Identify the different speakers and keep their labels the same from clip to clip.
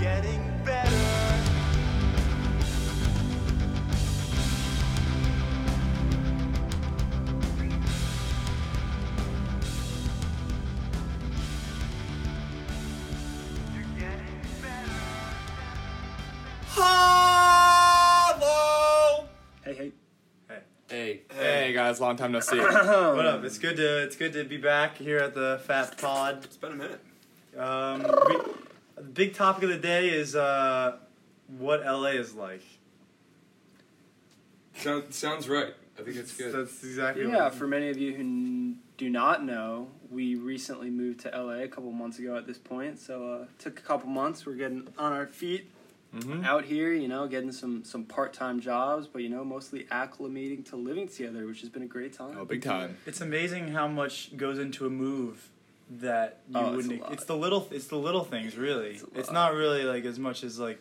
Speaker 1: getting better.
Speaker 2: Hello.
Speaker 3: Hey, hey.
Speaker 2: Hey.
Speaker 3: Hey. Hey, guys. Long time no see.
Speaker 4: Oh,
Speaker 2: What up? It's good to it's good to be back here at the Fat Pod.
Speaker 5: It's been a minute.
Speaker 2: Um, we, the big topic of the day is uh, what LA is like.
Speaker 5: Sounds sounds right. I think it's good.
Speaker 2: That's exactly
Speaker 3: yeah,
Speaker 2: what
Speaker 3: for many of you who n- do not know, we recently moved to LA a couple months ago at this point. So, uh, took a couple months. We're getting on our feet
Speaker 2: Mhm.
Speaker 3: out here, you know, getting some, some part time jobs, but, you know, mostly acclimating to living together, which has been a great time.
Speaker 4: Oh, big time.
Speaker 2: It's amazing how much goes into a move that you
Speaker 3: Oh, it's
Speaker 2: wouldn't.
Speaker 3: a lot.
Speaker 2: It's the little. It's the little things really. It's,
Speaker 3: It's a lot.
Speaker 2: not really like as much as like,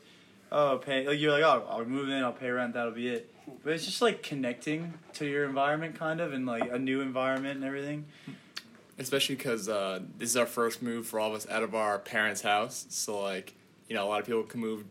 Speaker 2: oh, pay. Like, you're like, oh, I'll move in. I'll pay rent. That'll be it. But it's just like connecting to your environment, kind of, and like a new environment and everything.
Speaker 4: Especially because uh, this is our first move for all of us out of our parents' house. So, like, you know, a lot of people can move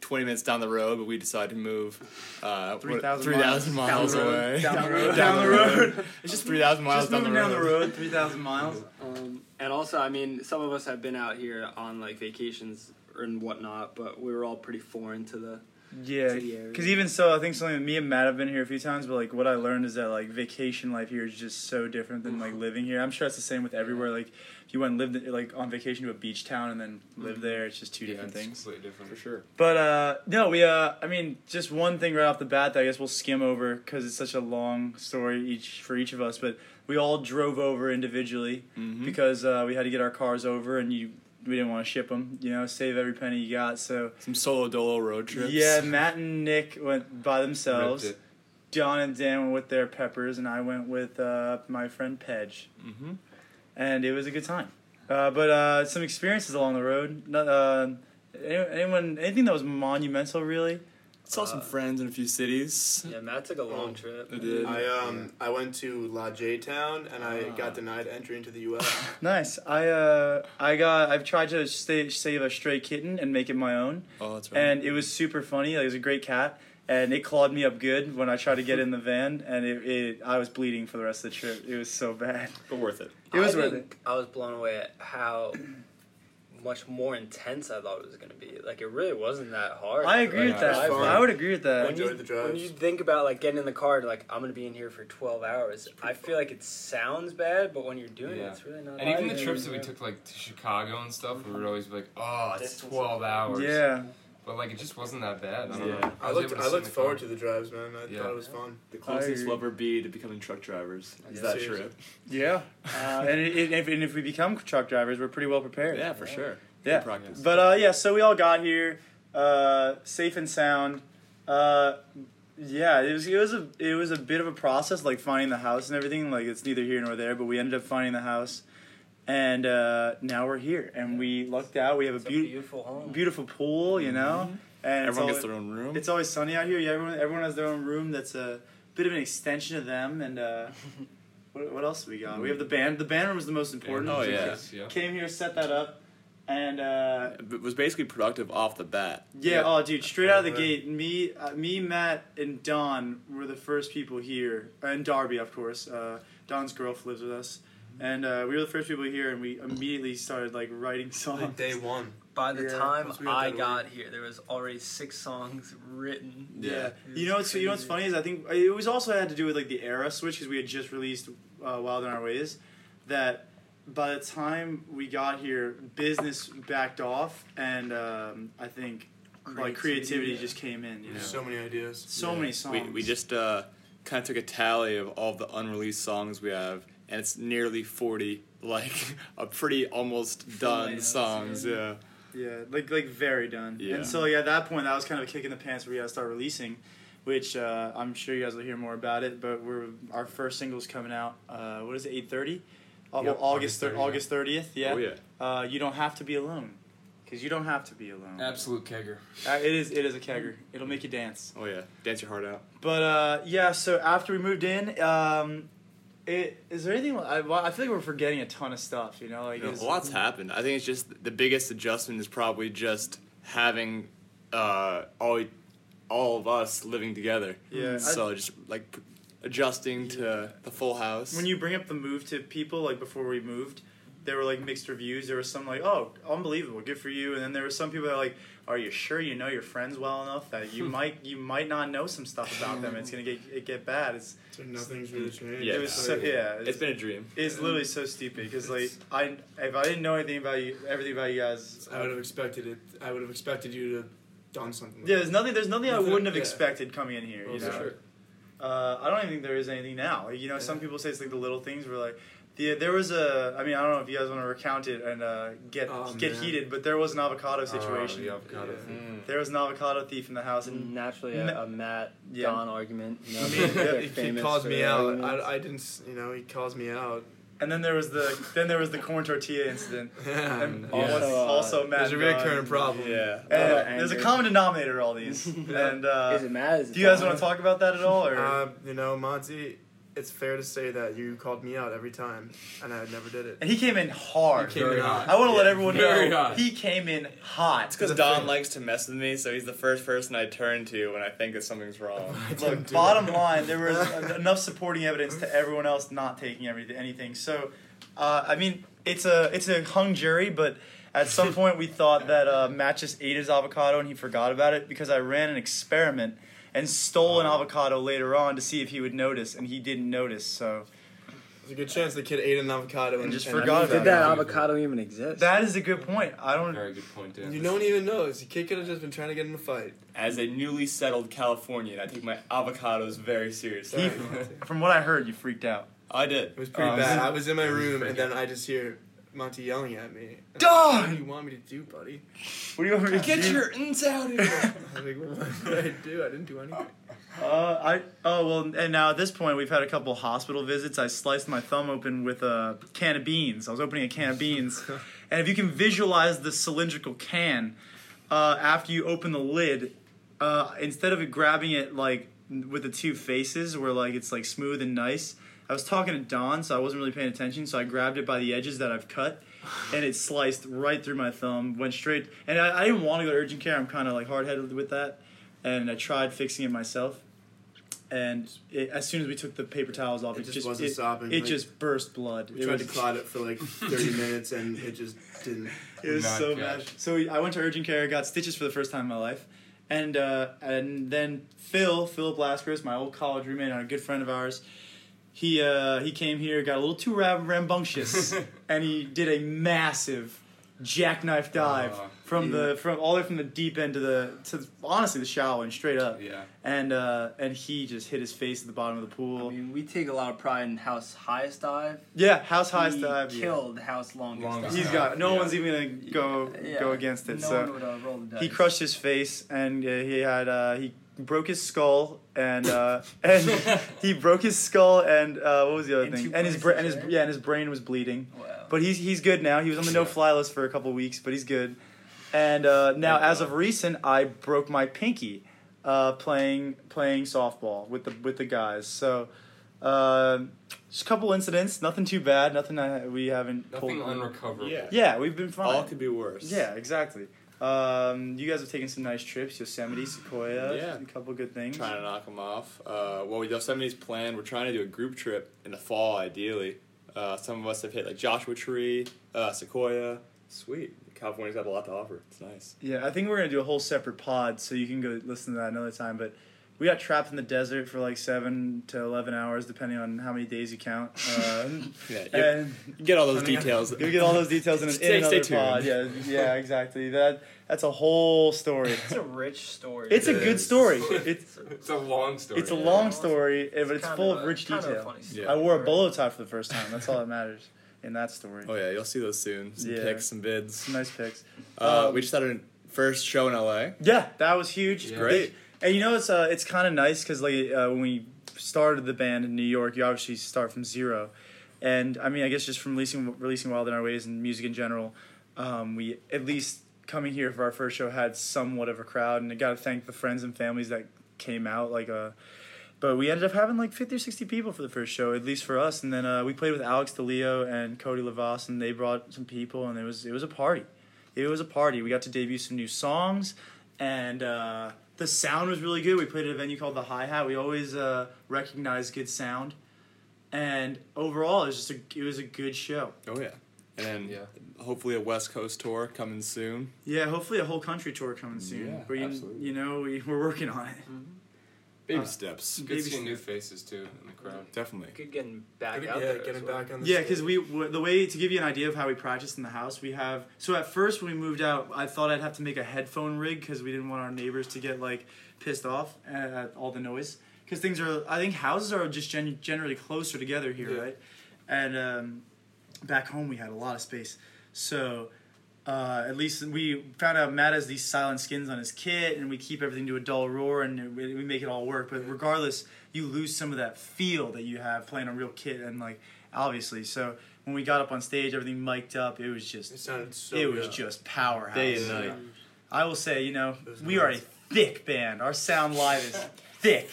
Speaker 4: 20 minutes down the road, but we decided to move uh, what-
Speaker 2: 3,000
Speaker 4: 3,000
Speaker 2: miles.
Speaker 4: miles
Speaker 3: Down the road.
Speaker 4: away.
Speaker 3: Down the road.
Speaker 2: Down the road.
Speaker 4: it's just 3,000 miles
Speaker 2: just moving down the road, three thousand miles.
Speaker 3: Um, and also, I mean, some of us have been out here on like vacations and whatnot, but we were all pretty foreign to the.
Speaker 2: Yeah,
Speaker 3: to the area.
Speaker 2: because even so, I think something me and Matt have been here a few times, but like what I learned is that like vacation life here is just so different than
Speaker 3: Mm-hmm.
Speaker 2: like living here. I'm sure it's the same with everywhere. Like if you went and lived like on vacation to a beach town and then
Speaker 3: Mm-hmm.
Speaker 2: live there, it's just two
Speaker 4: Yeah,
Speaker 2: different
Speaker 4: it's
Speaker 2: things.
Speaker 5: completely different.
Speaker 4: For sure.
Speaker 2: But uh, no, we uh, I mean, just one thing right off the bat that I guess we'll skim over because it's such a long story each for each of us. But we all drove over individually
Speaker 3: Mm-hmm.
Speaker 4: Mhm.
Speaker 2: because uh, we had to get our cars over, and you we didn't want to ship them. You know, save every penny you got. So
Speaker 4: Some solo dolo road trips.
Speaker 2: yeah, Matt and Nick went by themselves.
Speaker 5: Ripped it.
Speaker 2: John and Dan went with their peppers, and I went with uh, my friend Pedge,
Speaker 4: Mm-hmm.
Speaker 2: and it was a good time. Uh, but uh, some experiences along the road. Not, uh, any- anyone, anything that was monumental, really.
Speaker 4: Saw
Speaker 2: Uh,
Speaker 4: some friends in a few cities.
Speaker 3: Yeah, Matt took a long trip. uh,
Speaker 4: I did.
Speaker 6: I um I went to La J Town and I
Speaker 5: Ah.
Speaker 6: got denied entry into the U.S.
Speaker 2: Nice. I uh, I got. I've tried to stay, save a stray kitten and make it my own,
Speaker 4: oh, that's right.
Speaker 2: and it was super funny. Like, it was a great cat, and it clawed me up good when I tried to get in the van, and it, it I was bleeding for the rest of the trip. It was so bad.
Speaker 4: but worth it.
Speaker 2: It was
Speaker 3: I
Speaker 2: worth
Speaker 3: think I was blown away at how much more intense I thought it was going to be. Like it really wasn't that hard.
Speaker 2: I agree
Speaker 3: Like,
Speaker 2: with that.
Speaker 3: I-
Speaker 6: fun.
Speaker 2: I would agree with that.
Speaker 3: When you,
Speaker 6: Enjoyed the drives.
Speaker 3: when you think about like getting in the car, like I'm gonna be in here for 12 hours. I feel like it sounds bad, but when you're doing it,
Speaker 5: Yeah.
Speaker 3: it's really not.
Speaker 5: And even the
Speaker 3: bad.
Speaker 5: trips that we took like to Chicago and stuff, we would always be like, "Oh, it's
Speaker 3: Distance.
Speaker 5: 12 hours."
Speaker 2: Yeah.
Speaker 5: But like it just wasn't that bad. I don't
Speaker 4: Yeah.
Speaker 5: know.
Speaker 6: I
Speaker 5: was
Speaker 6: looked
Speaker 5: able
Speaker 6: I
Speaker 5: sit in
Speaker 6: looked
Speaker 5: the car.
Speaker 6: forward to the drives, man. I
Speaker 5: Yeah.
Speaker 6: thought it was fun.
Speaker 4: The
Speaker 2: closest we'll ever
Speaker 4: be to becoming truck drivers
Speaker 6: is that Seriously. trip.
Speaker 2: Yeah. Uh, and, it, it- if, and if we become truck drivers, we're pretty well prepared.
Speaker 4: Yeah, for sure.
Speaker 2: Yeah.
Speaker 4: Good practice.
Speaker 2: But uh, yeah, so we all got here, uh, safe and sound. Uh, yeah, it was it was a it was a bit of a process, like finding the house and everything. Like it's neither here nor there, but we ended up finding the house, and uh, now we're here. And we lucked out. We have a,
Speaker 3: It's a
Speaker 2: beautiful
Speaker 3: beautiful home.
Speaker 2: beautiful pool, you know. And it's
Speaker 4: Mm-hmm. Everyone
Speaker 2: all-
Speaker 4: gets their own room.
Speaker 2: It's always sunny out here. Yeah, everyone everyone has their own room. That's a bit of an extension of them. And uh, what, what else we got? We have the band. The band room is the most important.
Speaker 4: Oh, yeah.
Speaker 5: yeah.
Speaker 2: Came here, set that up, and uh,
Speaker 4: it was basically productive off the bat.
Speaker 2: yeah.
Speaker 6: Yeah.
Speaker 2: Oh, dude, straight out of the
Speaker 6: Right.
Speaker 2: gate, me, uh, me, Matt, and Don were the first people here, and Darby, of course. Uh, Don's girl lives with us. And uh, we were the first people here, and we immediately started like writing songs.
Speaker 6: Like day one.
Speaker 3: By the
Speaker 2: Yeah,
Speaker 3: time
Speaker 6: once we got
Speaker 3: I
Speaker 6: that
Speaker 3: got here, there was already six songs written.
Speaker 2: Yeah.
Speaker 4: Yeah.
Speaker 2: You know what's you know what's funny is I think it was also had to do with like the era switch because we had just released uh, Wild in Our Ways, that by the time we got here, business backed off, and um, I think like creativity
Speaker 3: Creativity, yeah.
Speaker 2: just came in. You know, so,
Speaker 6: So many ideas.
Speaker 2: many songs.
Speaker 4: We, we just uh, kind of took a tally of all the unreleased songs we have, and it's nearly 40, like a pretty almost done
Speaker 3: layout,
Speaker 4: songs. Yeah.
Speaker 2: yeah, like like very done.
Speaker 4: Yeah.
Speaker 2: And so like at that point, that was kind of a kick in the pants where we got to start releasing. Which uh, I'm sure you guys will hear more about it, but we're our first single's coming out. Uh, what is it? Eight thirty,
Speaker 5: Yep,
Speaker 2: August
Speaker 5: August
Speaker 2: thir-
Speaker 5: 30th.
Speaker 2: August thirtieth.
Speaker 4: Oh, yeah.
Speaker 2: Uh, you don't have to be alone, because you don't have to be alone.
Speaker 5: Absolute kegger.
Speaker 2: Uh, it is it is a kegger. It'll make you dance.
Speaker 4: Oh, yeah. Dance your heart out.
Speaker 2: But uh, yeah, so after we moved in, um, it is there anything? I, well, I feel like we're forgetting a ton of stuff. You know, like
Speaker 4: You know,
Speaker 2: is-
Speaker 4: a lot's happened. I think it's just the biggest adjustment is probably just having uh, all all of us living together.
Speaker 2: Yeah, I-
Speaker 4: So just like p- adjusting to the full house.
Speaker 2: When you bring up the move to people, like before we moved, there were like mixed reviews. There was some like, "Oh, unbelievable, good for you," and then there were some people that were like, "Are you sure you know your friends well enough that you might you might not know some stuff about them? It's gonna get it get bad." It's
Speaker 6: So nothing's really changed.
Speaker 4: Yeah.
Speaker 2: it was so, yeah. It's,
Speaker 4: it's been a dream.
Speaker 2: it's literally so stupid because like I if I didn't know anything about you everything about you guys.
Speaker 6: I would have expected it. I would have expected you to have done something.
Speaker 2: yeah, there's nothing. There's nothing I wouldn't have
Speaker 6: Yeah.
Speaker 2: expected coming in here. You
Speaker 6: Well,
Speaker 2: know?
Speaker 6: sure.
Speaker 2: uh, I don't even think there is anything now. Like, you know, some
Speaker 6: Yeah.
Speaker 2: people say it's like the little things. Where like, the there was a. I mean, I don't know if you guys want to recount it and uh, get
Speaker 6: Oh,
Speaker 2: get
Speaker 6: man.
Speaker 2: heated, but there was an avocado situation.
Speaker 5: Oh, the avocado
Speaker 6: Yeah.
Speaker 4: Mm.
Speaker 6: Mm,
Speaker 5: thing.
Speaker 2: There was an avocado thief in the house, and
Speaker 3: naturally
Speaker 2: Ma-
Speaker 3: a, a Matt
Speaker 2: Yeah.
Speaker 3: Don argument. You know,
Speaker 6: I mean,
Speaker 3: they're
Speaker 6: he- he
Speaker 3: famous
Speaker 6: calls
Speaker 3: for
Speaker 6: me
Speaker 3: their
Speaker 6: out.
Speaker 3: arguments.
Speaker 6: I, I didn't, s- you know, he calls me out.
Speaker 2: and then there was the then there was the corn tortilla incident. And
Speaker 6: Yeah.
Speaker 2: also,
Speaker 3: uh,
Speaker 2: also Matt.
Speaker 6: There's a
Speaker 2: Dunn.
Speaker 6: recurrent problem.
Speaker 4: Yeah.
Speaker 2: And
Speaker 3: Uh,
Speaker 2: there's a
Speaker 3: anger.
Speaker 2: common denominator to all these. and uh,
Speaker 3: is it Matt? Is it
Speaker 2: do you guys
Speaker 3: Don?
Speaker 2: want to talk about that at all, or
Speaker 6: Uh, you know, Monty, it's fair to say that you called me out every time, and I never did it.
Speaker 2: and he came in hard.
Speaker 6: You came in hot.
Speaker 2: I want to let
Speaker 6: Yeah.
Speaker 2: everyone
Speaker 5: Very
Speaker 2: know
Speaker 5: hot.
Speaker 2: he came in hot.
Speaker 4: It's because
Speaker 6: The
Speaker 4: Don
Speaker 6: thing-
Speaker 4: likes to mess with me, so he's the first person I turn to when I think that something's wrong.
Speaker 6: I didn't
Speaker 2: Look,
Speaker 6: do
Speaker 2: bottom
Speaker 6: it.
Speaker 2: line, there was en- enough supporting evidence to everyone else not taking everything, anything. So, uh, I mean, it's a it's a hung jury, but at some point we thought that uh, Matt just ate his avocado and he forgot about it because I ran an experiment and stole an
Speaker 6: Uh.
Speaker 2: avocado later on to see if he would notice, and he didn't notice. So
Speaker 6: There's a good chance the kid ate an avocado and,
Speaker 2: And just
Speaker 6: I
Speaker 2: forgot
Speaker 6: knew
Speaker 2: about
Speaker 3: Did that avocado even exist?
Speaker 2: that is a good point. I don't.
Speaker 5: Very good point, Dan.
Speaker 6: You don't even know. The kid could have just been trying to get in a fight.
Speaker 4: As a newly settled Californian, I take my avocados very seriously.
Speaker 6: Sorry, Monty.
Speaker 2: From what I heard, you freaked out.
Speaker 4: I did.
Speaker 6: It was pretty
Speaker 2: Um,
Speaker 6: bad. I was in my room,
Speaker 5: pretty
Speaker 6: and then I just hear Monty yelling at me. And I'm
Speaker 2: Dog!
Speaker 6: like, What do you want me to do, buddy?
Speaker 2: What do you want me to do?
Speaker 4: ins out here.
Speaker 6: I'm like, what did I do? I didn't do anything.
Speaker 2: Uh, I oh well, and now at this point we've had a couple hospital visits. I sliced my thumb open with a can of beans. I was opening a can of beans, and if you can visualize the cylindrical can, uh, after you open the lid, uh, instead of grabbing it like with the two faces where like it's like smooth and nice, I was talking to Don, so I wasn't really paying attention. So I grabbed it by the edges that I've cut, and it sliced right through my thumb, went straight. And I, I didn't want to go to urgent care. I'm kind of like hard headed with that, and I tried fixing it myself. And it, as soon as we took the paper towels off,
Speaker 6: It
Speaker 2: it,
Speaker 6: just
Speaker 2: just
Speaker 6: wasn't
Speaker 2: it,
Speaker 6: stopping,
Speaker 2: It
Speaker 6: like-
Speaker 2: just burst blood.
Speaker 6: We
Speaker 2: it
Speaker 6: tried
Speaker 2: was,
Speaker 6: to clot it for like 30 minutes, and it just didn't.
Speaker 2: It was
Speaker 5: Not
Speaker 2: so
Speaker 5: good.
Speaker 2: bad. So we- I went to urgent care, got stitches for the first time in my life, and uh, and then Phil, Philip Laskers, my old college roommate and a good friend of ours, he uh, he came here, got a little too ram- rambunctious, and he did a massive jackknife dive
Speaker 3: Oh,
Speaker 5: Aw,
Speaker 2: from
Speaker 6: yeah.
Speaker 2: the from all the way from the deep end to the to honestly the shallow and straight up,
Speaker 5: Yeah.
Speaker 2: and uh, and he just hit his face at the bottom of the
Speaker 3: I
Speaker 2: pool.
Speaker 3: mean, we take a lot of pride in house highest dive.
Speaker 2: yeah, house high
Speaker 3: He
Speaker 2: dive. yeah.
Speaker 3: Killed house longest.
Speaker 5: Longest
Speaker 2: He's
Speaker 5: dive.
Speaker 2: got no
Speaker 5: Yeah.
Speaker 2: one's even gonna go
Speaker 3: dive. Yeah.
Speaker 2: go against it.
Speaker 3: No
Speaker 2: so.
Speaker 3: one would, uh, roll the dice.
Speaker 2: He crushed his face, and uh, he had uh, he broke his skull, and uh, and he broke his skull, and uh, what was the other
Speaker 3: In
Speaker 2: thing?
Speaker 3: two
Speaker 2: And his
Speaker 3: places,
Speaker 2: bra- and his
Speaker 3: right?
Speaker 2: yeah, and his brain was bleeding.
Speaker 3: Wow.
Speaker 2: But he's he's good now. He was on the no fly list for a couple weeks, but he's good. And uh, now,
Speaker 4: Thank
Speaker 2: as
Speaker 4: God.
Speaker 2: of recent, I broke my pinky uh, playing playing softball with the with the guys. So. Uh, just a couple incidents, nothing too bad, nothing I, we haven't
Speaker 5: Nothing
Speaker 2: pulled.
Speaker 5: unrecoverable.
Speaker 4: Yeah.
Speaker 2: yeah, we've been fine.
Speaker 4: All could be worse.
Speaker 2: Yeah, exactly. Um, you guys have taken some nice trips, Yosemite, Sequoia,
Speaker 4: Yeah.
Speaker 2: a couple good things.
Speaker 4: Trying to knock them off. Uh, well, Yosemite's planned. We're trying to do a group trip in the fall, ideally. Uh, some of us have hit like Joshua Tree, uh, Sequoia. Sweet. California's got a lot to offer. It's nice.
Speaker 2: Yeah, I think we're gonna do a whole separate pod, so you can go listen to that another time. But we got trapped in the desert for like seven to eleven hours, depending on how many days you count. Uh,
Speaker 4: Yeah, you-
Speaker 2: and
Speaker 4: you get all those
Speaker 6: Coming up.
Speaker 4: details.
Speaker 2: you'll get all those details in, an, in
Speaker 4: Stay- stay
Speaker 2: another pod. Yeah, yeah, exactly. That that's a whole story.
Speaker 3: It's a rich story.
Speaker 2: It's a
Speaker 5: It
Speaker 2: good
Speaker 5: is.
Speaker 2: story. It's
Speaker 5: It's a long story.
Speaker 2: it's a
Speaker 3: Yeah.
Speaker 2: long story, eh, but it's
Speaker 3: kind
Speaker 2: full
Speaker 3: of
Speaker 2: of
Speaker 3: a-
Speaker 2: rich
Speaker 3: kind of a
Speaker 2: detail.
Speaker 3: funny
Speaker 4: Yeah.
Speaker 2: I wore a
Speaker 3: story.
Speaker 2: bolo tie for the first time. That's all that matters in that story.
Speaker 4: Oh yeah, you'll see those soon. Some
Speaker 2: Yeah.
Speaker 4: pics, some bids.
Speaker 2: Some nice pics.
Speaker 4: Uh,
Speaker 2: Um,
Speaker 4: we just had our first show in LA.
Speaker 2: Yeah, that was huge.
Speaker 5: Yeah.
Speaker 4: Great.
Speaker 2: And you know it's uh, it's kind of nice because like uh, when we started the band in New York, you obviously start from zero, and I mean I guess just from releasing releasing Wild in Our Ways and music in general, um, we at least coming here for our first show had somewhat of a crowd, and I got to thank the friends and families that came out like uh, but we ended up having like 50 or 60 people for the first show at least for us and then uh, we played with alex deleo and cody lavas and they brought some people and it was it was a party it was a party. We got to debut some new songs, and uh, the sound was really good. We played at a venue called the Hi Hat. We always uh, recognize good sound, and overall, it was just a, it was a good show.
Speaker 4: Oh yeah. And then
Speaker 5: Yeah.
Speaker 4: hopefully a West Coast tour coming soon.
Speaker 2: Yeah, hopefully a whole country tour coming soon.
Speaker 4: Yeah,
Speaker 2: But you,
Speaker 4: absolutely.
Speaker 2: you know, we, we're working on it.
Speaker 4: Baby
Speaker 2: Uh,
Speaker 4: steps.
Speaker 5: Good
Speaker 2: Baby
Speaker 5: seeing new
Speaker 2: steps.
Speaker 5: faces too in the crowd.
Speaker 4: Definitely.
Speaker 1: Good getting back
Speaker 6: Get-
Speaker 1: out
Speaker 6: yeah,
Speaker 1: there.
Speaker 6: get
Speaker 1: as
Speaker 6: him
Speaker 1: well.
Speaker 6: back on the
Speaker 2: Yeah, because
Speaker 6: stage.
Speaker 2: we w- the way to give you an idea of how we practiced in the house, we have so at first when we moved out, I thought I'd have to make a headphone rig because we didn't want our neighbors to get like pissed off at all the noise because things are I think houses are just gen- generally closer together here,
Speaker 6: Yeah.
Speaker 2: right? And um, back home we had a lot of space, so. Uh, at least we found out Matt has these silent skins on his kit, and we keep everything to a dull roar, and we we make it all work. But regardless, you lose some of that feel that you have playing a real kit, and like obviously. So when we got up on stage, everything mic'd up. It was just,
Speaker 6: It sounded so
Speaker 2: it was
Speaker 6: good.
Speaker 2: just powerhouse.
Speaker 4: Day and night.
Speaker 2: I will say, you know,
Speaker 6: It was
Speaker 2: we
Speaker 6: nice.
Speaker 2: are a thick band. Our sound live is thick.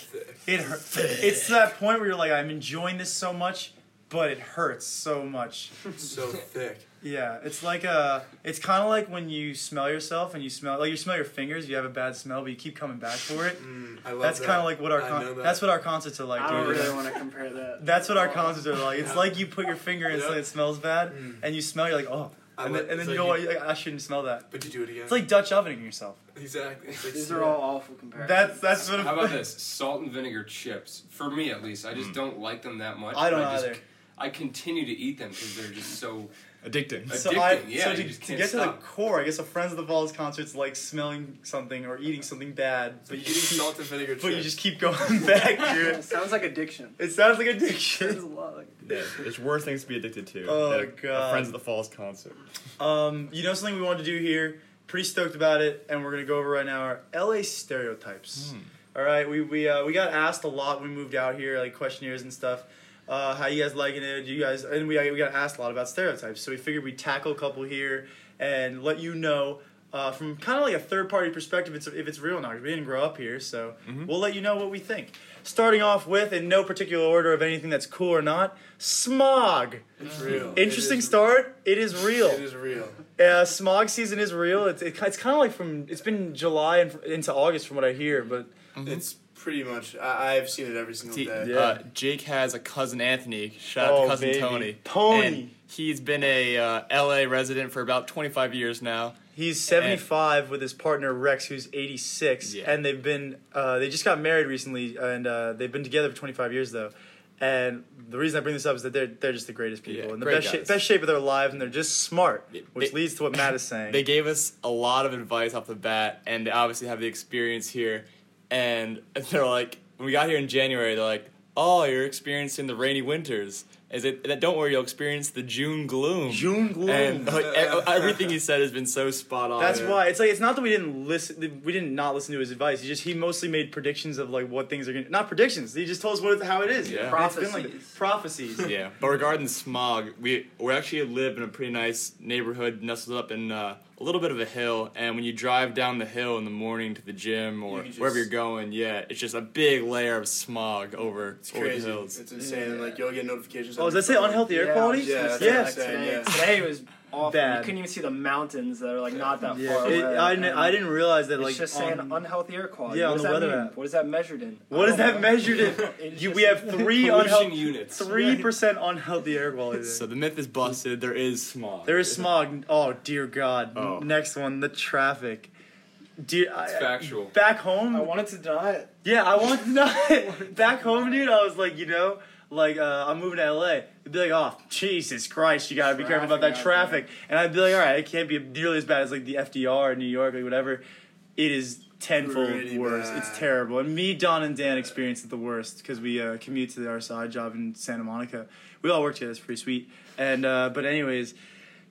Speaker 2: It hurts. It's that point where you're like, I'm enjoying this so much, but it hurts so much.
Speaker 6: so thick.
Speaker 2: Yeah, it's like a. It's kind of like when you smell yourself and you smell like you smell your fingers. You have a bad smell, but you keep coming back for it.
Speaker 6: Mm, I love
Speaker 2: That's
Speaker 6: that.
Speaker 2: kind of like what our
Speaker 6: I know
Speaker 2: con-
Speaker 6: that.
Speaker 2: that's what our concerts are like.
Speaker 3: I don't
Speaker 2: dude.
Speaker 3: really want to compare that.
Speaker 2: That's what our concerts are like. It's like you put your finger and
Speaker 6: Yep.
Speaker 2: it smells bad,
Speaker 6: Mm.
Speaker 2: and you smell. You're like, oh,
Speaker 6: I
Speaker 2: and
Speaker 6: love-
Speaker 2: then, and then
Speaker 6: so
Speaker 2: you go, like, I shouldn't smell that.
Speaker 6: But you do it again.
Speaker 2: It's like Dutch ovening yourself.
Speaker 6: exactly. It's like
Speaker 3: These
Speaker 6: so-
Speaker 3: are all awful comparisons.
Speaker 2: That's that's what.
Speaker 5: How about this? Salt and vinegar chips. For me, at least, I just don't like them that much.
Speaker 2: I don't
Speaker 5: but just,
Speaker 2: either.
Speaker 5: I continue to eat them because they're just so.
Speaker 4: Addicting.
Speaker 5: That's-
Speaker 2: So, I,
Speaker 5: addicting, yeah,
Speaker 2: so
Speaker 5: you
Speaker 2: to,
Speaker 5: just
Speaker 2: to
Speaker 5: can't
Speaker 2: get to the
Speaker 5: stop.
Speaker 2: core, I guess a Friends of the Falls concert's like smelling something or eating something bad,
Speaker 6: So
Speaker 2: but
Speaker 6: you
Speaker 2: you
Speaker 6: eating
Speaker 2: just keep,
Speaker 6: salt and vinegar
Speaker 2: but you
Speaker 6: chips.
Speaker 2: just keep going back to it.
Speaker 3: sounds like addiction.
Speaker 2: It sounds like
Speaker 3: Sounds
Speaker 2: addiction.
Speaker 3: a lot like
Speaker 4: Yeah, there's worse things to be addicted to.
Speaker 2: Oh,
Speaker 4: than a-
Speaker 2: God.
Speaker 4: A Friends of the Falls concert.
Speaker 2: Um, you know something we wanted to do here. Pretty stoked about it, and we're gonna go over right now our LA stereotypes.
Speaker 6: Hmm.
Speaker 2: All right, we we uh, we got asked a lot when we moved out here, like questionnaires and stuff. Uh, how you guys liking it? Do you guys? And we we got asked a lot about stereotypes, so we figured we'd tackle a couple here and let you know uh, from kind of like a third party perspective it's, if it's real or not. We didn't grow up here, so
Speaker 6: Mm-hmm.
Speaker 2: we'll let you know what we think. Starting off with, in no particular order of anything that's cool or not, smog.
Speaker 6: It's real.
Speaker 2: Interesting
Speaker 6: It is-
Speaker 2: start. It is real.
Speaker 6: It is real.
Speaker 2: Uh, smog season is real. It's it, it's kind of like from it's been July and f- into August from what I hear, but
Speaker 6: It's pretty much. I, I've seen it every single
Speaker 4: See,
Speaker 6: day.
Speaker 2: yeah.
Speaker 4: uh, Jake has a cousin Anthony. Shout out
Speaker 2: Oh,
Speaker 4: to cousin
Speaker 2: baby.
Speaker 4: Tony.
Speaker 2: Tony.
Speaker 4: And he's been a uh, LA resident for about 25 years now.
Speaker 2: he's seventy five with his partner Rex, who's eighty six,
Speaker 4: Yeah.
Speaker 2: and they've been uh, they just got married recently, and uh, they've been together for twenty five years though. And the reason I bring this up is that they're they're just the greatest people
Speaker 4: Yeah,
Speaker 2: and the
Speaker 4: great
Speaker 2: best shape,
Speaker 4: guys.
Speaker 2: best shape of their lives, and they're just smart,
Speaker 4: They-
Speaker 2: which
Speaker 4: they-
Speaker 2: leads to what Matt is saying.
Speaker 4: They gave us a lot of advice off the bat, and they obviously have the experience here. And they're like, when we got here in January, they're like, "Oh, you're experiencing the rainy winters." Is it that? Don't worry, you'll experience the June gloom.
Speaker 2: June gloom.
Speaker 4: And like, e- everything he said has been so spot on.
Speaker 2: That's
Speaker 6: yeah.
Speaker 2: why it's like it's not that we didn't listen. We didn't not listen to his advice. He just he mostly made predictions of like what things are gonna. Not predictions. He just told us what it's, how it is.
Speaker 4: Yeah.
Speaker 2: And it's been like that. prophecies.
Speaker 4: yeah, but regarding smog, we we actually live in a pretty nice neighborhood, nestled up in uh, a little bit of a hill. And when you drive down the hill in the morning to the gym or
Speaker 6: You can
Speaker 4: wherever you're
Speaker 6: just-
Speaker 4: going, yeah, it's just a big layer of smog over,
Speaker 6: It's
Speaker 4: over the
Speaker 6: crazy.
Speaker 4: hills.
Speaker 6: It's insane.
Speaker 3: Yeah.
Speaker 6: Like you'll get notifications.
Speaker 2: Oh,
Speaker 6: on
Speaker 2: does that say
Speaker 6: your phone.
Speaker 2: unhealthy air
Speaker 3: Yeah,
Speaker 2: quality?
Speaker 6: yeah, that's
Speaker 2: Yeah.
Speaker 6: what I'm saying,
Speaker 3: today,
Speaker 6: yeah.
Speaker 3: today was awful.
Speaker 2: Bad.
Speaker 3: You couldn't even see the mountains that are like not that
Speaker 2: Yeah,
Speaker 3: far
Speaker 2: it-
Speaker 3: away.
Speaker 2: I, kn-
Speaker 3: and
Speaker 2: I didn't realize that
Speaker 3: It's
Speaker 2: like
Speaker 3: just
Speaker 2: on-
Speaker 3: saying unhealthy air quality.
Speaker 2: Yeah,
Speaker 3: what
Speaker 2: on
Speaker 3: does
Speaker 2: the
Speaker 3: that
Speaker 2: weather
Speaker 3: mean?
Speaker 2: app.
Speaker 3: What is that measured in?
Speaker 2: what
Speaker 3: I
Speaker 2: is
Speaker 3: don't
Speaker 2: that
Speaker 3: know.
Speaker 2: measured in?
Speaker 3: It's
Speaker 2: you,
Speaker 3: just-
Speaker 2: we have three
Speaker 5: Pollution
Speaker 2: unhealthy,
Speaker 5: units.
Speaker 2: three percent unhealthy air quality.
Speaker 4: So the myth is busted. There is smog.
Speaker 2: there is smog. Oh dear God.
Speaker 4: Oh.
Speaker 2: Next one, the traffic. Dear, I-
Speaker 5: It's factual.
Speaker 2: back home.
Speaker 3: I wanted to deny it.
Speaker 2: Yeah, I want to know. Back home, dude, I was like, you know, like uh, I'm moving to LA. They'd be like, oh, Jesus Christ, you gotta be careful about that
Speaker 3: Traffic
Speaker 2: traffic. And I'd be like, all right, it can't be nearly as bad as like the FDR in New York or whatever. It is tenfold
Speaker 6: Pretty
Speaker 2: worse.
Speaker 6: bad.
Speaker 2: It's terrible. And me, Don, and Dan experienced it the worst because we uh, commute to our side job in Santa Monica. We all work together. It's pretty sweet. And uh, but anyways.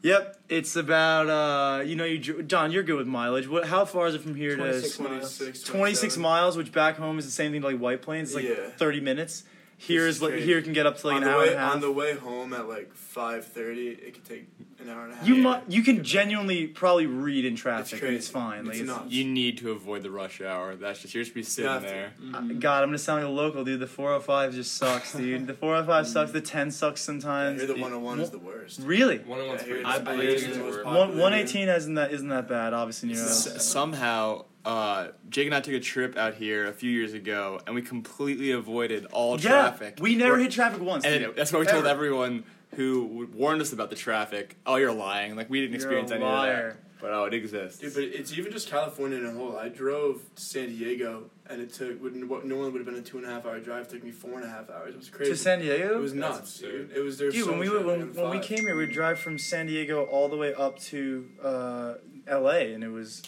Speaker 2: Yep, it's about uh, you know you dr- Don. You're good with mileage. What? How far is it from here to
Speaker 3: 26
Speaker 6: 26,
Speaker 2: 26
Speaker 6: 27.
Speaker 2: miles, which back home is the same thing to like White Plains, it's like
Speaker 6: Yeah.
Speaker 2: 30 minutes. here is like
Speaker 6: crazy.
Speaker 2: here can get up to like
Speaker 6: on,
Speaker 2: an
Speaker 6: the
Speaker 2: hour
Speaker 6: way,
Speaker 2: and a half.
Speaker 6: on the way home at like five thirty, it could take an hour and a half.
Speaker 2: you mu- you can genuinely probably read in traffic and
Speaker 6: crazy.
Speaker 2: it's fine. Like
Speaker 6: It's not.
Speaker 4: You need to avoid the rush hour. That's just you're just be sitting
Speaker 6: Nothing.
Speaker 4: there.
Speaker 1: Mm-hmm.
Speaker 2: God, I'm gonna sound like a local dude. The 405 just sucks, dude. The 405 sucks. The 10 sucks
Speaker 6: I
Speaker 2: sometimes.
Speaker 6: hear the one hundred one is the worst.
Speaker 2: Really,
Speaker 5: One on one's
Speaker 6: Yeah,
Speaker 5: pretty.
Speaker 6: I
Speaker 4: believe
Speaker 5: it's
Speaker 4: it
Speaker 5: the
Speaker 6: was
Speaker 5: worst.
Speaker 6: Popular,
Speaker 2: one, 118 isn't that isn't that bad? Obviously, you know.
Speaker 4: S- somehow, uh, Jake and I took a trip out here a few years ago, and we completely avoided all
Speaker 2: Yeah,
Speaker 4: traffic.
Speaker 2: we never
Speaker 4: We're-
Speaker 2: hit traffic once.
Speaker 4: And
Speaker 2: dude.
Speaker 4: that's why we told
Speaker 2: Ever.
Speaker 4: everyone who w- warned us about the traffic. Oh, you're lying. Like we didn't
Speaker 2: You're
Speaker 4: experience
Speaker 2: a
Speaker 4: any of
Speaker 2: liar.
Speaker 4: that. But oh, it exists.
Speaker 6: Dude, but it's even just California in a whole. I drove to San Diego, and it took would what normally would have been a two and a half hour drive. Took me four and a half hours. It was crazy.
Speaker 2: to San Diego.
Speaker 6: It was
Speaker 5: That's
Speaker 6: nuts,
Speaker 5: absurd.
Speaker 6: dude. It was there.
Speaker 2: Dude,
Speaker 6: so
Speaker 2: when we
Speaker 6: much
Speaker 2: were, when,
Speaker 6: traffic
Speaker 2: when
Speaker 6: on
Speaker 2: we
Speaker 6: five.
Speaker 2: came here, we'd drive from San Diego all the way up to uh, L.A. and it was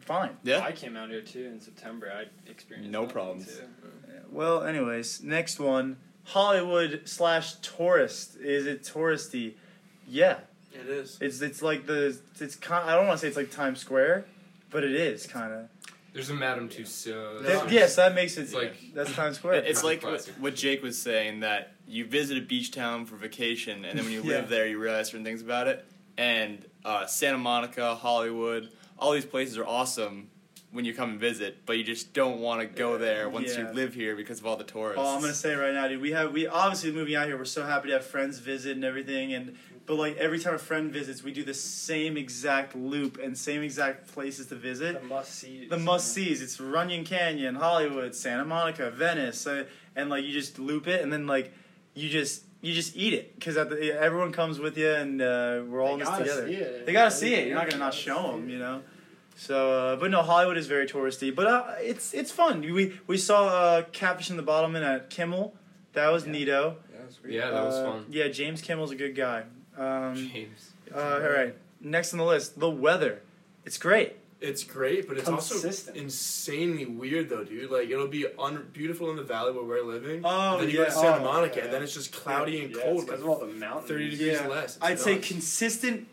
Speaker 2: fine.
Speaker 4: yeah.
Speaker 1: I came out here too in September. I experienced
Speaker 4: No
Speaker 1: nothing,
Speaker 4: problems.
Speaker 1: too.
Speaker 2: Well, anyways, next one, Hollywood slash tourist. Is it touristy? Yeah,
Speaker 6: It is.
Speaker 2: it's it's like the it's kind. I don't want to say it's like Times Square, but it is kind of.
Speaker 5: There's a Madame Tussauds.
Speaker 6: That-
Speaker 5: There's-
Speaker 2: yes, that makes it
Speaker 5: It's like-
Speaker 2: that's Times Square.
Speaker 4: It's like what,
Speaker 5: Classic.
Speaker 4: what Jake was saying that you visit a beach town for vacation, and then when you
Speaker 2: Yeah.
Speaker 4: live there, you realize certain things about it. And uh, Santa Monica, Hollywood, all these places are awesome when you come and visit, but you just don't want to go there once
Speaker 2: Yeah.
Speaker 4: you live here because of all the tourists.
Speaker 2: Oh, I'm gonna say right now, dude. We have we obviously moving out here. We're so happy to have friends visit and everything, and but like every time a friend visits, we do the same exact loop and same exact places to visit.
Speaker 1: The must see.
Speaker 2: The must sees. It's Runyon Canyon, Hollywood, Santa Monica, Venice, uh, and like you just loop it, and then like you just you just eat it because everyone comes with you, and uh, we're all in this together. They gotta see it. You're not gonna not show them, you know. So, uh, but no, Hollywood is very touristy, but uh, it's it's fun. We we saw uh, Catfish and the Bottleman at Kimmel. That was neato.
Speaker 5: Yeah, that was
Speaker 2: Uh,
Speaker 5: fun.
Speaker 2: Yeah, James Kimmel's a good guy. Um,
Speaker 5: James.
Speaker 2: uh, all right, next on the list, the weather. It's great.
Speaker 6: It's great, but it's
Speaker 1: Consistent.
Speaker 6: also insanely weird though, dude. Like it'll be un- beautiful in the valley where we're living.
Speaker 2: Oh,
Speaker 6: and then you
Speaker 2: yeah.
Speaker 6: go to Santa
Speaker 2: Oh,
Speaker 6: Monica,
Speaker 1: yeah.
Speaker 6: and then it's just cloudy and cold,
Speaker 1: because
Speaker 6: like
Speaker 1: of all the mountains.
Speaker 6: thirty degrees
Speaker 2: Yeah.
Speaker 6: less. It's
Speaker 2: I'd say
Speaker 6: nuts.
Speaker 2: consistent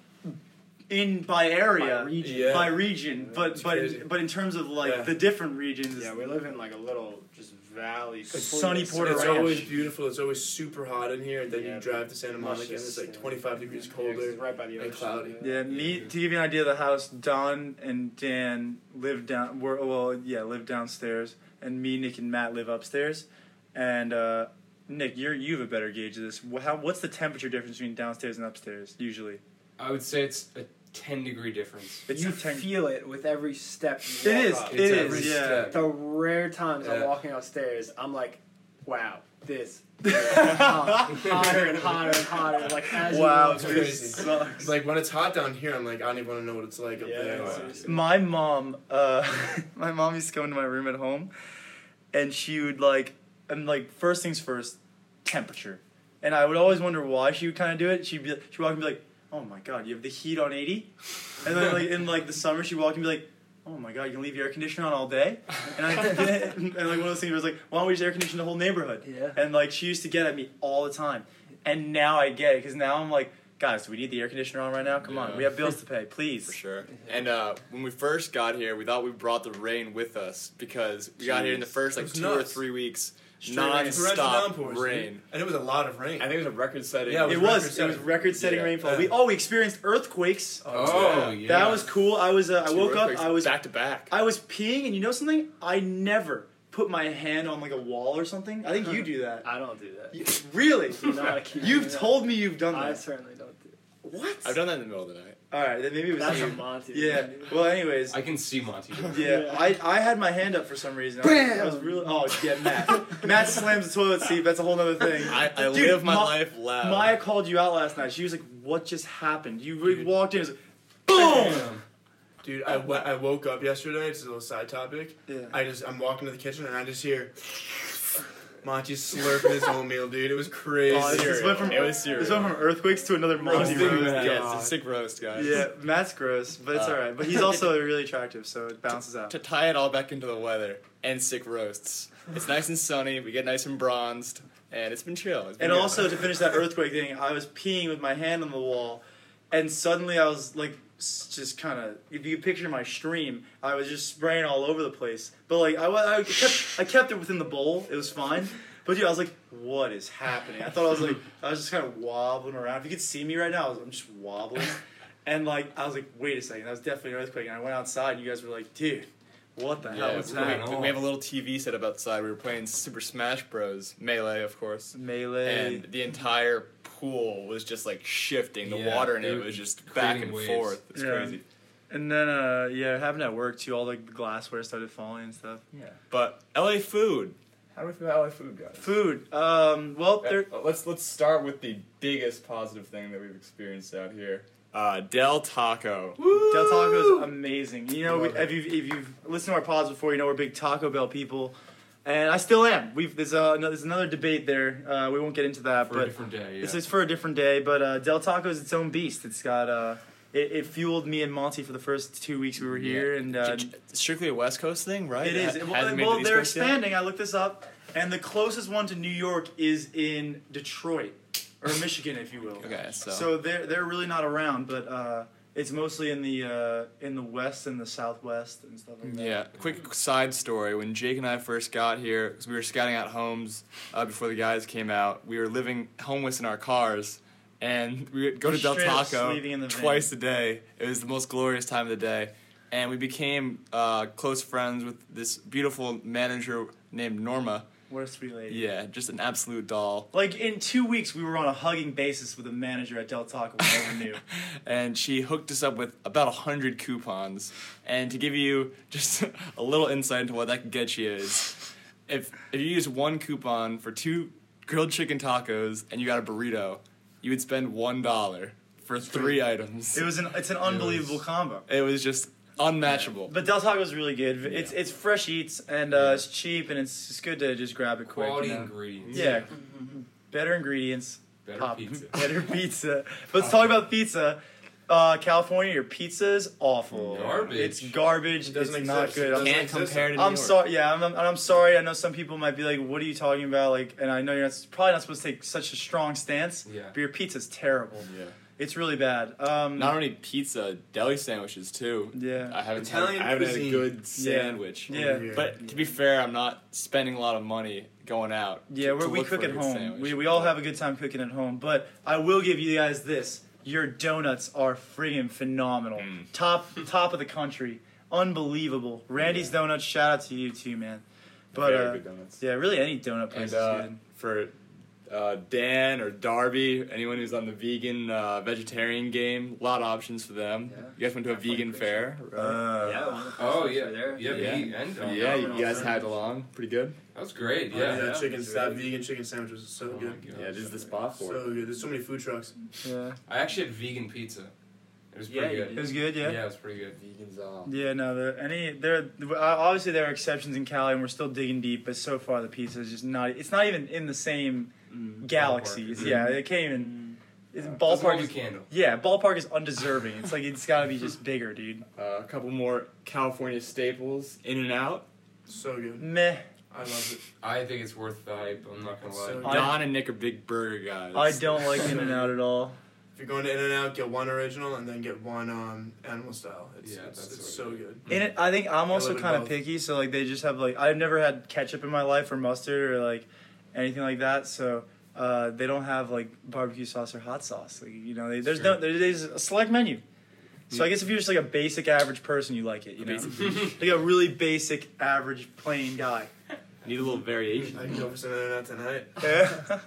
Speaker 2: in by area.
Speaker 1: By region.
Speaker 6: Yeah.
Speaker 2: by region, but
Speaker 6: It's
Speaker 2: but
Speaker 6: crazy.
Speaker 2: but in terms of like
Speaker 6: Yeah.
Speaker 2: the different regions, it's-
Speaker 1: Yeah, we live in like a little just valley.
Speaker 2: Sunny
Speaker 1: completely
Speaker 2: Porter
Speaker 6: it's
Speaker 2: Ranch.
Speaker 6: always beautiful. It's always super hot in here, and then
Speaker 1: Yeah,
Speaker 6: you
Speaker 1: but
Speaker 6: drive to Santa
Speaker 1: much
Speaker 6: Monica, and
Speaker 1: just,
Speaker 6: it's like
Speaker 1: uh,
Speaker 6: twenty-five degrees
Speaker 1: Yeah, 'cause
Speaker 6: colder.
Speaker 1: it's right by the
Speaker 6: and
Speaker 1: ocean.
Speaker 6: cloudy.
Speaker 2: Yeah, me to give you an idea of the house. Don and Dan live down. Were, well, yeah, live downstairs, and me, Nick, and Matt live upstairs. And uh, Nick, you're you have a better gauge of this. Wh- How, what's the temperature difference between downstairs and upstairs usually?
Speaker 5: I would say it's a 10 degree difference.
Speaker 2: It's
Speaker 3: you
Speaker 2: a ten-
Speaker 3: feel it with every step
Speaker 2: It
Speaker 3: you walk
Speaker 2: is.
Speaker 3: up.
Speaker 2: It
Speaker 5: It's every
Speaker 2: is. Yeah.
Speaker 5: step.
Speaker 3: the rare times I'm
Speaker 6: Yeah.
Speaker 3: walking upstairs, I'm like, wow, this is hot, hotter and hotter and hotter. Like as you
Speaker 2: Wow,
Speaker 3: walk
Speaker 6: it's
Speaker 3: through,
Speaker 6: crazy.
Speaker 3: it sucks.
Speaker 6: It's like when it's hot down here, I'm like, I don't even want to know what it's like up
Speaker 1: Yeah,
Speaker 6: there.
Speaker 1: seriously.
Speaker 2: My mom, uh, my mom used to come into my room at home, and she would like, and like first things first, temperature, and I would always wonder why she would kind of do it. She'd be, she walk and be like, "Oh my god, you have the heat on eighty," and then like in like the summer, she would walk and be like, "Oh my god, you can leave your air conditioner on all day," and I and like one of those things was like, "Why don't we just air condition the whole neighborhood?"
Speaker 3: Yeah.
Speaker 2: And like she used to get at me all the time, and now I get it because now I'm like, guys, do we need the air conditioner on right now? Come on,
Speaker 4: Yeah.
Speaker 2: we have bills to pay, please.
Speaker 4: For sure. And uh, when we first got here, we thought we brought the rain with us because we got here in the
Speaker 5: Jeez.
Speaker 4: first
Speaker 6: It
Speaker 4: like
Speaker 6: was
Speaker 4: two or
Speaker 6: nuts.
Speaker 4: three weeks,
Speaker 6: Straight rain. Torrential
Speaker 4: non-stop
Speaker 6: downpours, dude.
Speaker 4: rain.
Speaker 6: and it was a lot of rain.
Speaker 4: I think it was a record-setting.
Speaker 6: Yeah,
Speaker 2: It
Speaker 6: was
Speaker 2: was. It was
Speaker 6: record-setting.
Speaker 2: record-setting
Speaker 4: Yeah.
Speaker 2: rainfall.
Speaker 6: Yeah.
Speaker 2: We oh, we experienced earthquakes.
Speaker 5: Oh, yeah.
Speaker 2: That was cool. I was. Uh, I
Speaker 4: Two
Speaker 2: woke up.
Speaker 4: earthquakes
Speaker 2: I was.
Speaker 4: back to back.
Speaker 2: I was peeing, and you know something? I never put my hand on like a wall or something. I think you do that.
Speaker 1: I don't do that.
Speaker 2: You- really?
Speaker 1: I'm not a kid.
Speaker 2: You've told me you've done
Speaker 1: I
Speaker 2: that.
Speaker 1: certainly don't do. It.
Speaker 2: What?
Speaker 4: I've done that in the middle of the night.
Speaker 2: All right, then maybe it was
Speaker 1: That's a
Speaker 2: you.
Speaker 1: Monty.
Speaker 2: Yeah. Well, anyways.
Speaker 5: I can see Monty doing that.
Speaker 2: yeah, I, I had my hand up for some reason. I was- I was really oh yeah Matt. Matt slams the toilet seat. That's a whole other thing.
Speaker 4: I, I
Speaker 2: Dude,
Speaker 4: live my,
Speaker 2: Ma-
Speaker 4: life loud.
Speaker 2: Maya called you out last night. She was like, "What just happened?" You re-
Speaker 4: Dude.
Speaker 2: walked in. It was like, boom.
Speaker 5: Damn.
Speaker 6: Dude, I, w- I woke up yesterday. It's a little side topic.
Speaker 2: Yeah.
Speaker 6: I just I'm walking to the kitchen and I just hear Monty slurping his oatmeal, dude. It was crazy.
Speaker 2: Oh, this is
Speaker 4: cereal.
Speaker 2: went from-
Speaker 4: it was cereal.
Speaker 2: This went from earthquakes to another Monty
Speaker 4: Roasted
Speaker 6: Roasting
Speaker 2: roast.
Speaker 6: Matt.
Speaker 4: yeah,
Speaker 6: God.
Speaker 4: it's a sick roast, guys.
Speaker 2: Yeah, Matt's gross, but it's
Speaker 4: Uh,
Speaker 2: all right. But he's also really attractive, so it balances out.
Speaker 4: To tie it all back into the weather and sick roasts. It's nice and sunny. We get nice and bronzed, and it's been chill. It's been
Speaker 2: And
Speaker 4: good.
Speaker 2: also to finish that earthquake thing, I was peeing with my hand on the wall, and suddenly I was like, s- just kind of. If you picture my stream, I was just spraying all over the place. But like I, wa- I kept, I kept it within the bowl. It was fine. But yeah, I was like, what is happening? I thought I was like, I was just kind of wobbling around. If you could see me right now, I was, I'm just wobbling. And like, I was like, wait a second, that was definitely an earthquake. And I went outside, and you guys were like, dude, what the hell
Speaker 4: Yeah,
Speaker 2: is
Speaker 4: we,
Speaker 2: that?
Speaker 4: we- we have a little TV set up outside. We were playing Super Smash Bros. Melee, of course,
Speaker 2: Melee.
Speaker 4: and the entire pool was just like shifting. The
Speaker 5: Yeah,
Speaker 4: water in
Speaker 5: they
Speaker 4: it
Speaker 5: were
Speaker 4: was just back
Speaker 5: creating
Speaker 4: and
Speaker 5: waves.
Speaker 4: forth. It's
Speaker 2: Yeah.
Speaker 4: crazy.
Speaker 2: And then uh yeah, it happened at work too. All like the glassware started falling and stuff.
Speaker 4: Yeah. But LA food. How do we feel about LA food, guys?
Speaker 2: Food. Um. Well, there.
Speaker 4: Uh, Let's let's start with the biggest positive thing that we've experienced out here. Uh, Del Taco.
Speaker 2: Del Taco is amazing. You know, we, if you've if you've listened to our pods before, you know we're big Taco Bell people, and I still am. We've there's uh no, there's another debate there. Uh, we won't get into that,
Speaker 5: for a
Speaker 2: but
Speaker 5: different day. Yeah.
Speaker 2: This is for a different day, but uh, Del Taco is its own beast. It's got uh, it, it fueled me and Monty for the first two weeks we were here, and uh,
Speaker 4: J- j- strictly a West Coast thing, right?
Speaker 2: it is.
Speaker 4: Ha-
Speaker 2: It-
Speaker 4: hasn't made
Speaker 2: well,
Speaker 4: the East
Speaker 2: they're
Speaker 4: Coast yet?
Speaker 2: expanding. I looked this up, and the closest one to New York is in Detroit or Michigan, if you will.
Speaker 4: Okay, so,
Speaker 2: So they're they're really not around, but uh, it's mostly in the uh, in the West and the Southwest and stuff like that.
Speaker 4: Yeah, quick side story. When Jake and I first got here, 'cause we were scouting out homes uh, before the guys came out, we were living homeless in our cars, and we would go to Del
Speaker 2: Straight up
Speaker 4: Taco
Speaker 2: sleeping in the
Speaker 4: twice a day. It was the most glorious time of the day, and we became uh, close friends with this beautiful manager named Norma.
Speaker 2: What a sweet lady.
Speaker 4: Yeah, just an absolute doll.
Speaker 2: Like in two weeks, we were on a hugging basis with a manager at Del Taco we never knew.
Speaker 4: and she hooked us up with about a hundred coupons. And to give you just a little insight into what that can get you is, if if you use one coupon for two grilled chicken tacos and you got a burrito, you would spend one dollar for three items.
Speaker 2: It was an it's an unbelievable combo.
Speaker 4: It was just unmatchable.
Speaker 2: But Del Taco's really good. It's it's fresh eats and uh, it's cheap and it's it's good to just grab it quick.
Speaker 5: quality
Speaker 2: you know?
Speaker 5: ingredients.
Speaker 2: Yeah, better ingredients.
Speaker 5: Better
Speaker 2: pop.
Speaker 5: pizza.
Speaker 2: better pizza. But let's talk about pizza. Uh, California, your pizza is awful.
Speaker 5: Garbage.
Speaker 2: It's garbage.
Speaker 6: It doesn't
Speaker 2: it's not
Speaker 6: exist.
Speaker 2: good.
Speaker 6: It
Speaker 2: I'm,
Speaker 6: doesn't
Speaker 4: Can't compare to New
Speaker 2: I'm
Speaker 4: York.
Speaker 2: sorry. Yeah, I'm, I'm, and I'm sorry. I know some people might be like, "What are you talking about?" Like, and I know you're not, probably not supposed to take such a strong stance.
Speaker 5: Yeah.
Speaker 2: But your pizza's terrible.
Speaker 4: Yeah.
Speaker 2: It's really bad. Um,
Speaker 4: Not only pizza, deli sandwiches too.
Speaker 2: Yeah.
Speaker 4: I haven't
Speaker 6: Italian
Speaker 4: had, I haven't had a
Speaker 6: cuisine.
Speaker 4: good sandwich.
Speaker 2: yeah.
Speaker 4: But to be fair, I'm not spending a lot of money going out.
Speaker 2: Yeah,
Speaker 4: to-
Speaker 2: we're,
Speaker 4: to
Speaker 2: we
Speaker 4: look
Speaker 2: cook
Speaker 4: for a
Speaker 2: at
Speaker 4: good
Speaker 2: home.
Speaker 4: sandwich.
Speaker 2: We, we all have a good time cooking at home. But I will give you guys this: your donuts are friggin' phenomenal.
Speaker 4: Mm.
Speaker 2: Top top of the country, unbelievable. Randy's Donuts, shout out to you too, man. But
Speaker 4: Very
Speaker 2: uh,
Speaker 4: good donuts.
Speaker 2: yeah, really any donut place is
Speaker 4: And uh,
Speaker 2: good.
Speaker 4: for uh, Dan or Darby, anyone who's on the vegan uh, vegetarian game, a lot of options for them.
Speaker 1: Yeah.
Speaker 4: You guys went to a
Speaker 1: Definitely
Speaker 4: vegan
Speaker 1: appreciate
Speaker 4: fair, right?
Speaker 2: Uh,
Speaker 1: Yeah, one of the first
Speaker 5: Oh
Speaker 1: ones
Speaker 5: yeah.
Speaker 1: were there.
Speaker 5: Yeah.
Speaker 4: Yeah.
Speaker 5: me and Dom.
Speaker 4: yeah, you
Speaker 1: Domino's,
Speaker 4: guys
Speaker 1: right?
Speaker 4: had along pretty good.
Speaker 5: That was great.
Speaker 6: Oh,
Speaker 5: Yeah.
Speaker 6: that chicken,
Speaker 1: It's
Speaker 6: that
Speaker 1: really
Speaker 6: vegan chicken sandwich was so
Speaker 5: Oh my
Speaker 6: good.
Speaker 5: gosh.
Speaker 4: Yeah, this is the spot for it.
Speaker 6: So good. There's so many food trucks.
Speaker 2: yeah,
Speaker 5: I actually had vegan pizza. It was
Speaker 1: Yeah,
Speaker 5: pretty
Speaker 1: you
Speaker 5: good.
Speaker 2: it was good. Yeah. yeah.
Speaker 5: it was pretty good.
Speaker 4: Vegans all.
Speaker 3: um,
Speaker 2: no, there any there uh, obviously there are exceptions in Cali, and we're still digging deep. But so far, the pizza is just not. It's not even in the same
Speaker 4: Mm.
Speaker 2: galaxy. It's- Yeah, it can't even. It's
Speaker 5: Doesn't
Speaker 2: ballpark
Speaker 5: hold
Speaker 2: is
Speaker 5: a candle.
Speaker 2: Yeah, ballpark is undeserving. It's like it's got to be just bigger, dude.
Speaker 4: Uh, a couple more California staples, In and Out.
Speaker 6: So good.
Speaker 2: Meh.
Speaker 6: I love it.
Speaker 5: I think it's worth the hype. I'm not gonna lie.
Speaker 6: So-
Speaker 2: I-
Speaker 4: Don and Nick are big burger guys.
Speaker 2: I don't like In and Out at all.
Speaker 6: If you're going to In and Out, get one original and then get one um, animal style. It's,
Speaker 5: Yeah,
Speaker 6: it's,
Speaker 5: that's
Speaker 6: it's
Speaker 5: what
Speaker 6: so
Speaker 5: I
Speaker 6: good.
Speaker 2: In it, I think I'm also
Speaker 6: love it
Speaker 2: kind of
Speaker 6: both.
Speaker 2: picky, so like they just have like I've never had ketchup in my life or mustard or like anything like that. So uh, they don't have like barbecue sauce or hot sauce. Like you know, they, there's no
Speaker 5: Sure.
Speaker 2: there- there's a select menu. So I guess if you're just like a basic average person, you like it. You know, like a really basic average plain guy.
Speaker 4: Need a little variation.
Speaker 6: I can go for some In and Out tonight.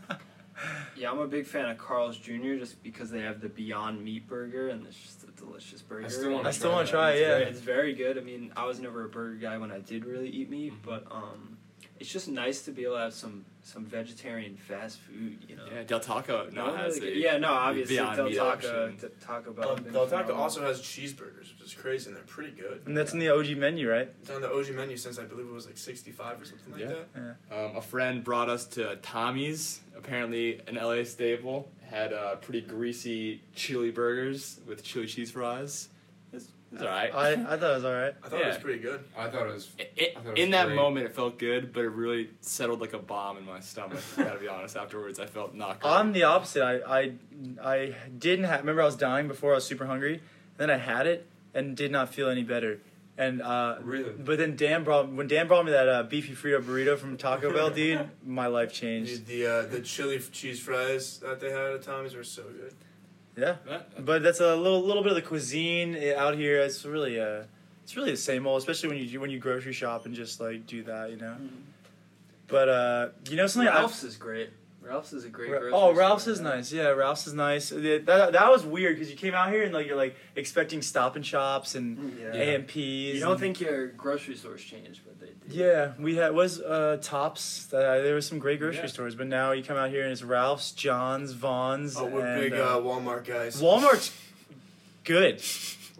Speaker 3: Yeah, I'm a big fan of Carl's Jr. just because they have the Beyond Meat burger and it's just a delicious burger.
Speaker 5: I still want.
Speaker 2: I still wanna
Speaker 5: that.
Speaker 2: try it,
Speaker 5: It's
Speaker 2: yeah.
Speaker 5: great.
Speaker 3: It's very good. I mean, I was never a burger guy when I did really eat meat, but um, it's just nice to be able to have some some vegetarian fast food. You know.
Speaker 4: Yeah, Del Taco
Speaker 3: No,
Speaker 4: now
Speaker 3: I
Speaker 4: has
Speaker 3: really
Speaker 4: a
Speaker 3: get- yeah, no, obviously uh,
Speaker 4: Beyond
Speaker 3: Del
Speaker 4: Meat
Speaker 3: Taco,
Speaker 4: option.
Speaker 3: D- Taco Bell.
Speaker 6: Del
Speaker 3: have been
Speaker 6: Del Taco
Speaker 3: phenomenal.
Speaker 6: also has cheeseburgers, which is crazy, and they're pretty good.
Speaker 2: And that's in the OG menu, right?
Speaker 6: It's on the OG menu since I believe it was like 65 or something like
Speaker 4: Yeah.
Speaker 6: that.
Speaker 4: Um, a friend brought us to Tommy's, apparently an LA staple. Had uh, pretty greasy chili burgers with chili cheese fries. It's, it's all right.
Speaker 2: I, I thought it was all right.
Speaker 6: I thought it was
Speaker 4: Yeah.
Speaker 6: pretty good.
Speaker 5: I thought it was.
Speaker 4: It- it-
Speaker 5: I thought it was
Speaker 4: in that
Speaker 5: great.
Speaker 4: moment, it felt good, but it really settled like a bomb in my stomach. I gotta be honest. Afterwards, I felt not good.
Speaker 2: I'm the opposite. I, I, I didn't have. Remember, I was dying before. I was super hungry. Then I had it and did not feel any better. and uh,
Speaker 5: Really?
Speaker 2: but then Dan brought when Dan brought me that uh, beefy Frito burrito from Taco Bell, dude, my life changed.
Speaker 6: Dude, the uh, the chili f- cheese fries that they had at Tommy's were so good.
Speaker 2: Yeah,
Speaker 5: That,
Speaker 2: but that's a little little bit of the cuisine eh, out here. It's really uh, it's really the same old, especially when you do- when you grocery shop and just like do that, you know. But uh, you know something, I've-
Speaker 7: Ralph's is great. Ralph's is a great.
Speaker 2: Ra-
Speaker 7: grocery
Speaker 2: oh, Ralph's
Speaker 7: store.
Speaker 2: is nice. Yeah, Ralph's is nice. Uh, Th- That, that was weird because you came out here and like you're like expecting Stop and Shops and
Speaker 7: Yeah.
Speaker 2: AMPs.
Speaker 7: You don't
Speaker 2: and-
Speaker 7: think your grocery stores changed, but they did.
Speaker 2: Yeah, we had was uh, Tops. Uh, there was some great grocery
Speaker 5: Yeah.
Speaker 2: stores, but now you come out here and it's Ralph's, John's, Vaughn's.
Speaker 6: Oh, we're
Speaker 2: and,
Speaker 6: big
Speaker 2: uh,
Speaker 6: uh, Walmart guys.
Speaker 2: Walmart's good.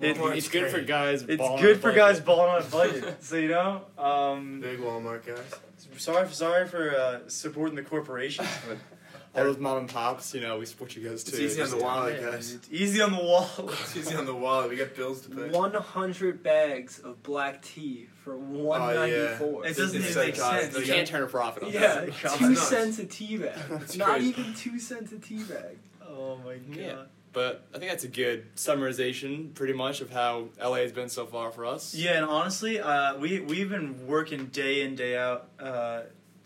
Speaker 2: It-
Speaker 6: Walmart's
Speaker 4: it's good for
Speaker 6: great.
Speaker 4: guys. balling on
Speaker 2: it's
Speaker 4: a
Speaker 2: good for guys
Speaker 4: budget.
Speaker 2: balling on a budget. so you know, um,
Speaker 6: Big Walmart guys.
Speaker 2: sorry, sorry for uh, supporting the corporation. but
Speaker 4: All those mom and pops, you know, we support you guys too.
Speaker 6: It's easy on the wallet, guys.
Speaker 2: it's easy on the wallet.
Speaker 6: It's easy on the wallet. We got bills to pay.
Speaker 7: 100 bags of black tea for 194.
Speaker 2: It doesn't
Speaker 6: It's
Speaker 2: even make
Speaker 6: psychotic.
Speaker 2: sense.
Speaker 4: You can't turn a profit on that.
Speaker 7: Yeah,
Speaker 2: It's
Speaker 7: two
Speaker 6: nuts.
Speaker 7: cents a tea bag.
Speaker 6: It's
Speaker 7: Not
Speaker 6: crazy.
Speaker 7: even two cents a tea bag.
Speaker 2: Oh my god.
Speaker 4: Yeah. But I think that's a good summarization, pretty much, of how LA has been so far for us.
Speaker 2: Yeah, and honestly, uh, we we've been working day in day out uh,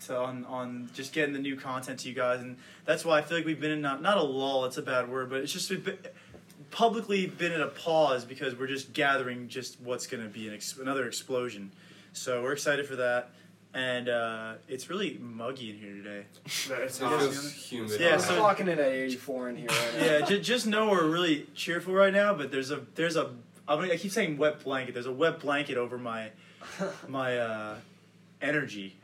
Speaker 2: to on on just getting the new content to you guys, and that's why I feel like we've been in not not a lull. It's a bad word, but it's just we've been, publicly been at a pause because we're just gathering just what's going to be an ex- another explosion. So we're excited for that, and uh, it's really muggy in here today.
Speaker 6: That's
Speaker 5: it feels humid.
Speaker 2: Yeah,
Speaker 7: I'm
Speaker 2: so-
Speaker 7: clocking it at 84 in here right now.
Speaker 2: yeah, ju- just know we're really cheerful right now, but there's a there's a I, mean, I keep saying wet blanket. There's a wet blanket over my my uh, energy.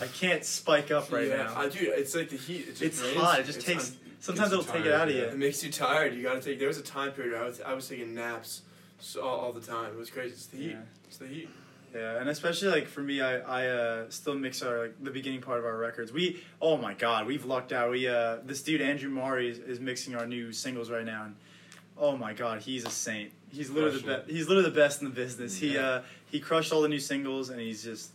Speaker 2: I can't spike up right
Speaker 6: yeah,
Speaker 2: now.
Speaker 6: I, dude, it's like the heat. It just
Speaker 2: it's
Speaker 6: drains
Speaker 2: hot.
Speaker 6: you.
Speaker 2: It just
Speaker 6: It's
Speaker 2: takes.
Speaker 6: un-
Speaker 2: sometimes it'll
Speaker 5: gets you
Speaker 2: take it
Speaker 5: tired,
Speaker 2: out of
Speaker 5: yeah.
Speaker 2: you.
Speaker 6: it makes you tired. You gotta take. There was a time period where I was I was taking naps so, all, all the time. It was crazy. It's the heat.
Speaker 2: Yeah.
Speaker 6: It's the heat.
Speaker 2: Yeah, and especially like for me, I I uh, still mix our like the beginning part of our records. We oh my god, we've lucked out. We uh this dude Andrew Maury is, is mixing our new singles right now, and oh my god, he's a saint. He's literally the
Speaker 5: Crushing
Speaker 2: best. He's literally the best in the business. He
Speaker 5: Yeah.
Speaker 2: uh he crushed all the new singles, and he's just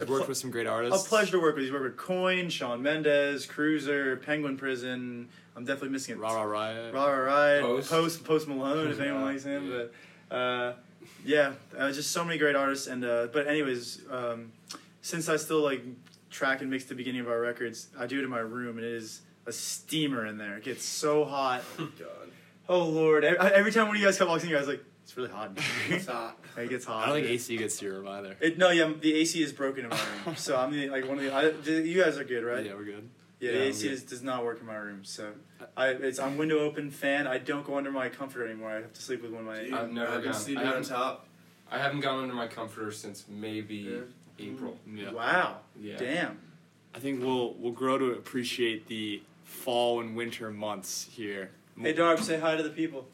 Speaker 4: I've worked with some great artists.
Speaker 2: A pleasure to work with. He's worked with Coin, Sean Mendez, Cruiser, Penguin Prison. I'm definitely missing it.
Speaker 4: Ra Ra Riot.
Speaker 2: Ra Ra Riot,
Speaker 5: Post.
Speaker 2: Post, Post, Malone, if anyone
Speaker 5: Yeah.
Speaker 2: likes him.
Speaker 5: Yeah.
Speaker 2: But uh, yeah, uh, just so many great artists. And uh, but anyways, um, since I still like track and mix the beginning of our records, I do it in my room, and it is a steamer in there. It gets so hot.
Speaker 6: God,
Speaker 2: Oh lord! Every, every time one of you guys come walks in, you guys are like it's really hot. in here."
Speaker 6: it's hot.
Speaker 2: it gets hot.
Speaker 4: I don't think AC gets to your room either.
Speaker 2: It, no, yeah, the AC is broken in my room, so I'm the, like one of the. I, you guys are good, right?
Speaker 4: Yeah, we're good.
Speaker 2: Yeah,
Speaker 4: Yeah,
Speaker 2: the
Speaker 4: I'm
Speaker 2: AC
Speaker 4: good.
Speaker 2: is, does not work in my room, so I it's I'm window open fan. I don't go under my comforter anymore. I have to sleep with one of my.
Speaker 6: Dude,
Speaker 5: I've never
Speaker 6: I've been
Speaker 5: gone-
Speaker 6: sleeping
Speaker 5: I
Speaker 6: on
Speaker 5: haven't-
Speaker 6: top.
Speaker 5: I haven't gone under my comforter since maybe April.
Speaker 4: Yeah.
Speaker 2: Wow,
Speaker 5: Yeah.
Speaker 2: damn.
Speaker 4: I think we'll we'll grow to appreciate the fall and winter months here.
Speaker 2: Hey, Darb, say hi to the people.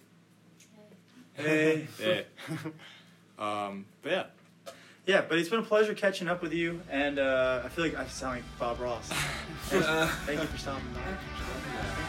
Speaker 2: Hey.
Speaker 4: Yeah. Eh. um, but yeah.
Speaker 2: Yeah, but it's been a pleasure catching up with you, and uh, I feel like I sound like Bob Ross. Thank you for stopping by.
Speaker 5: Yeah.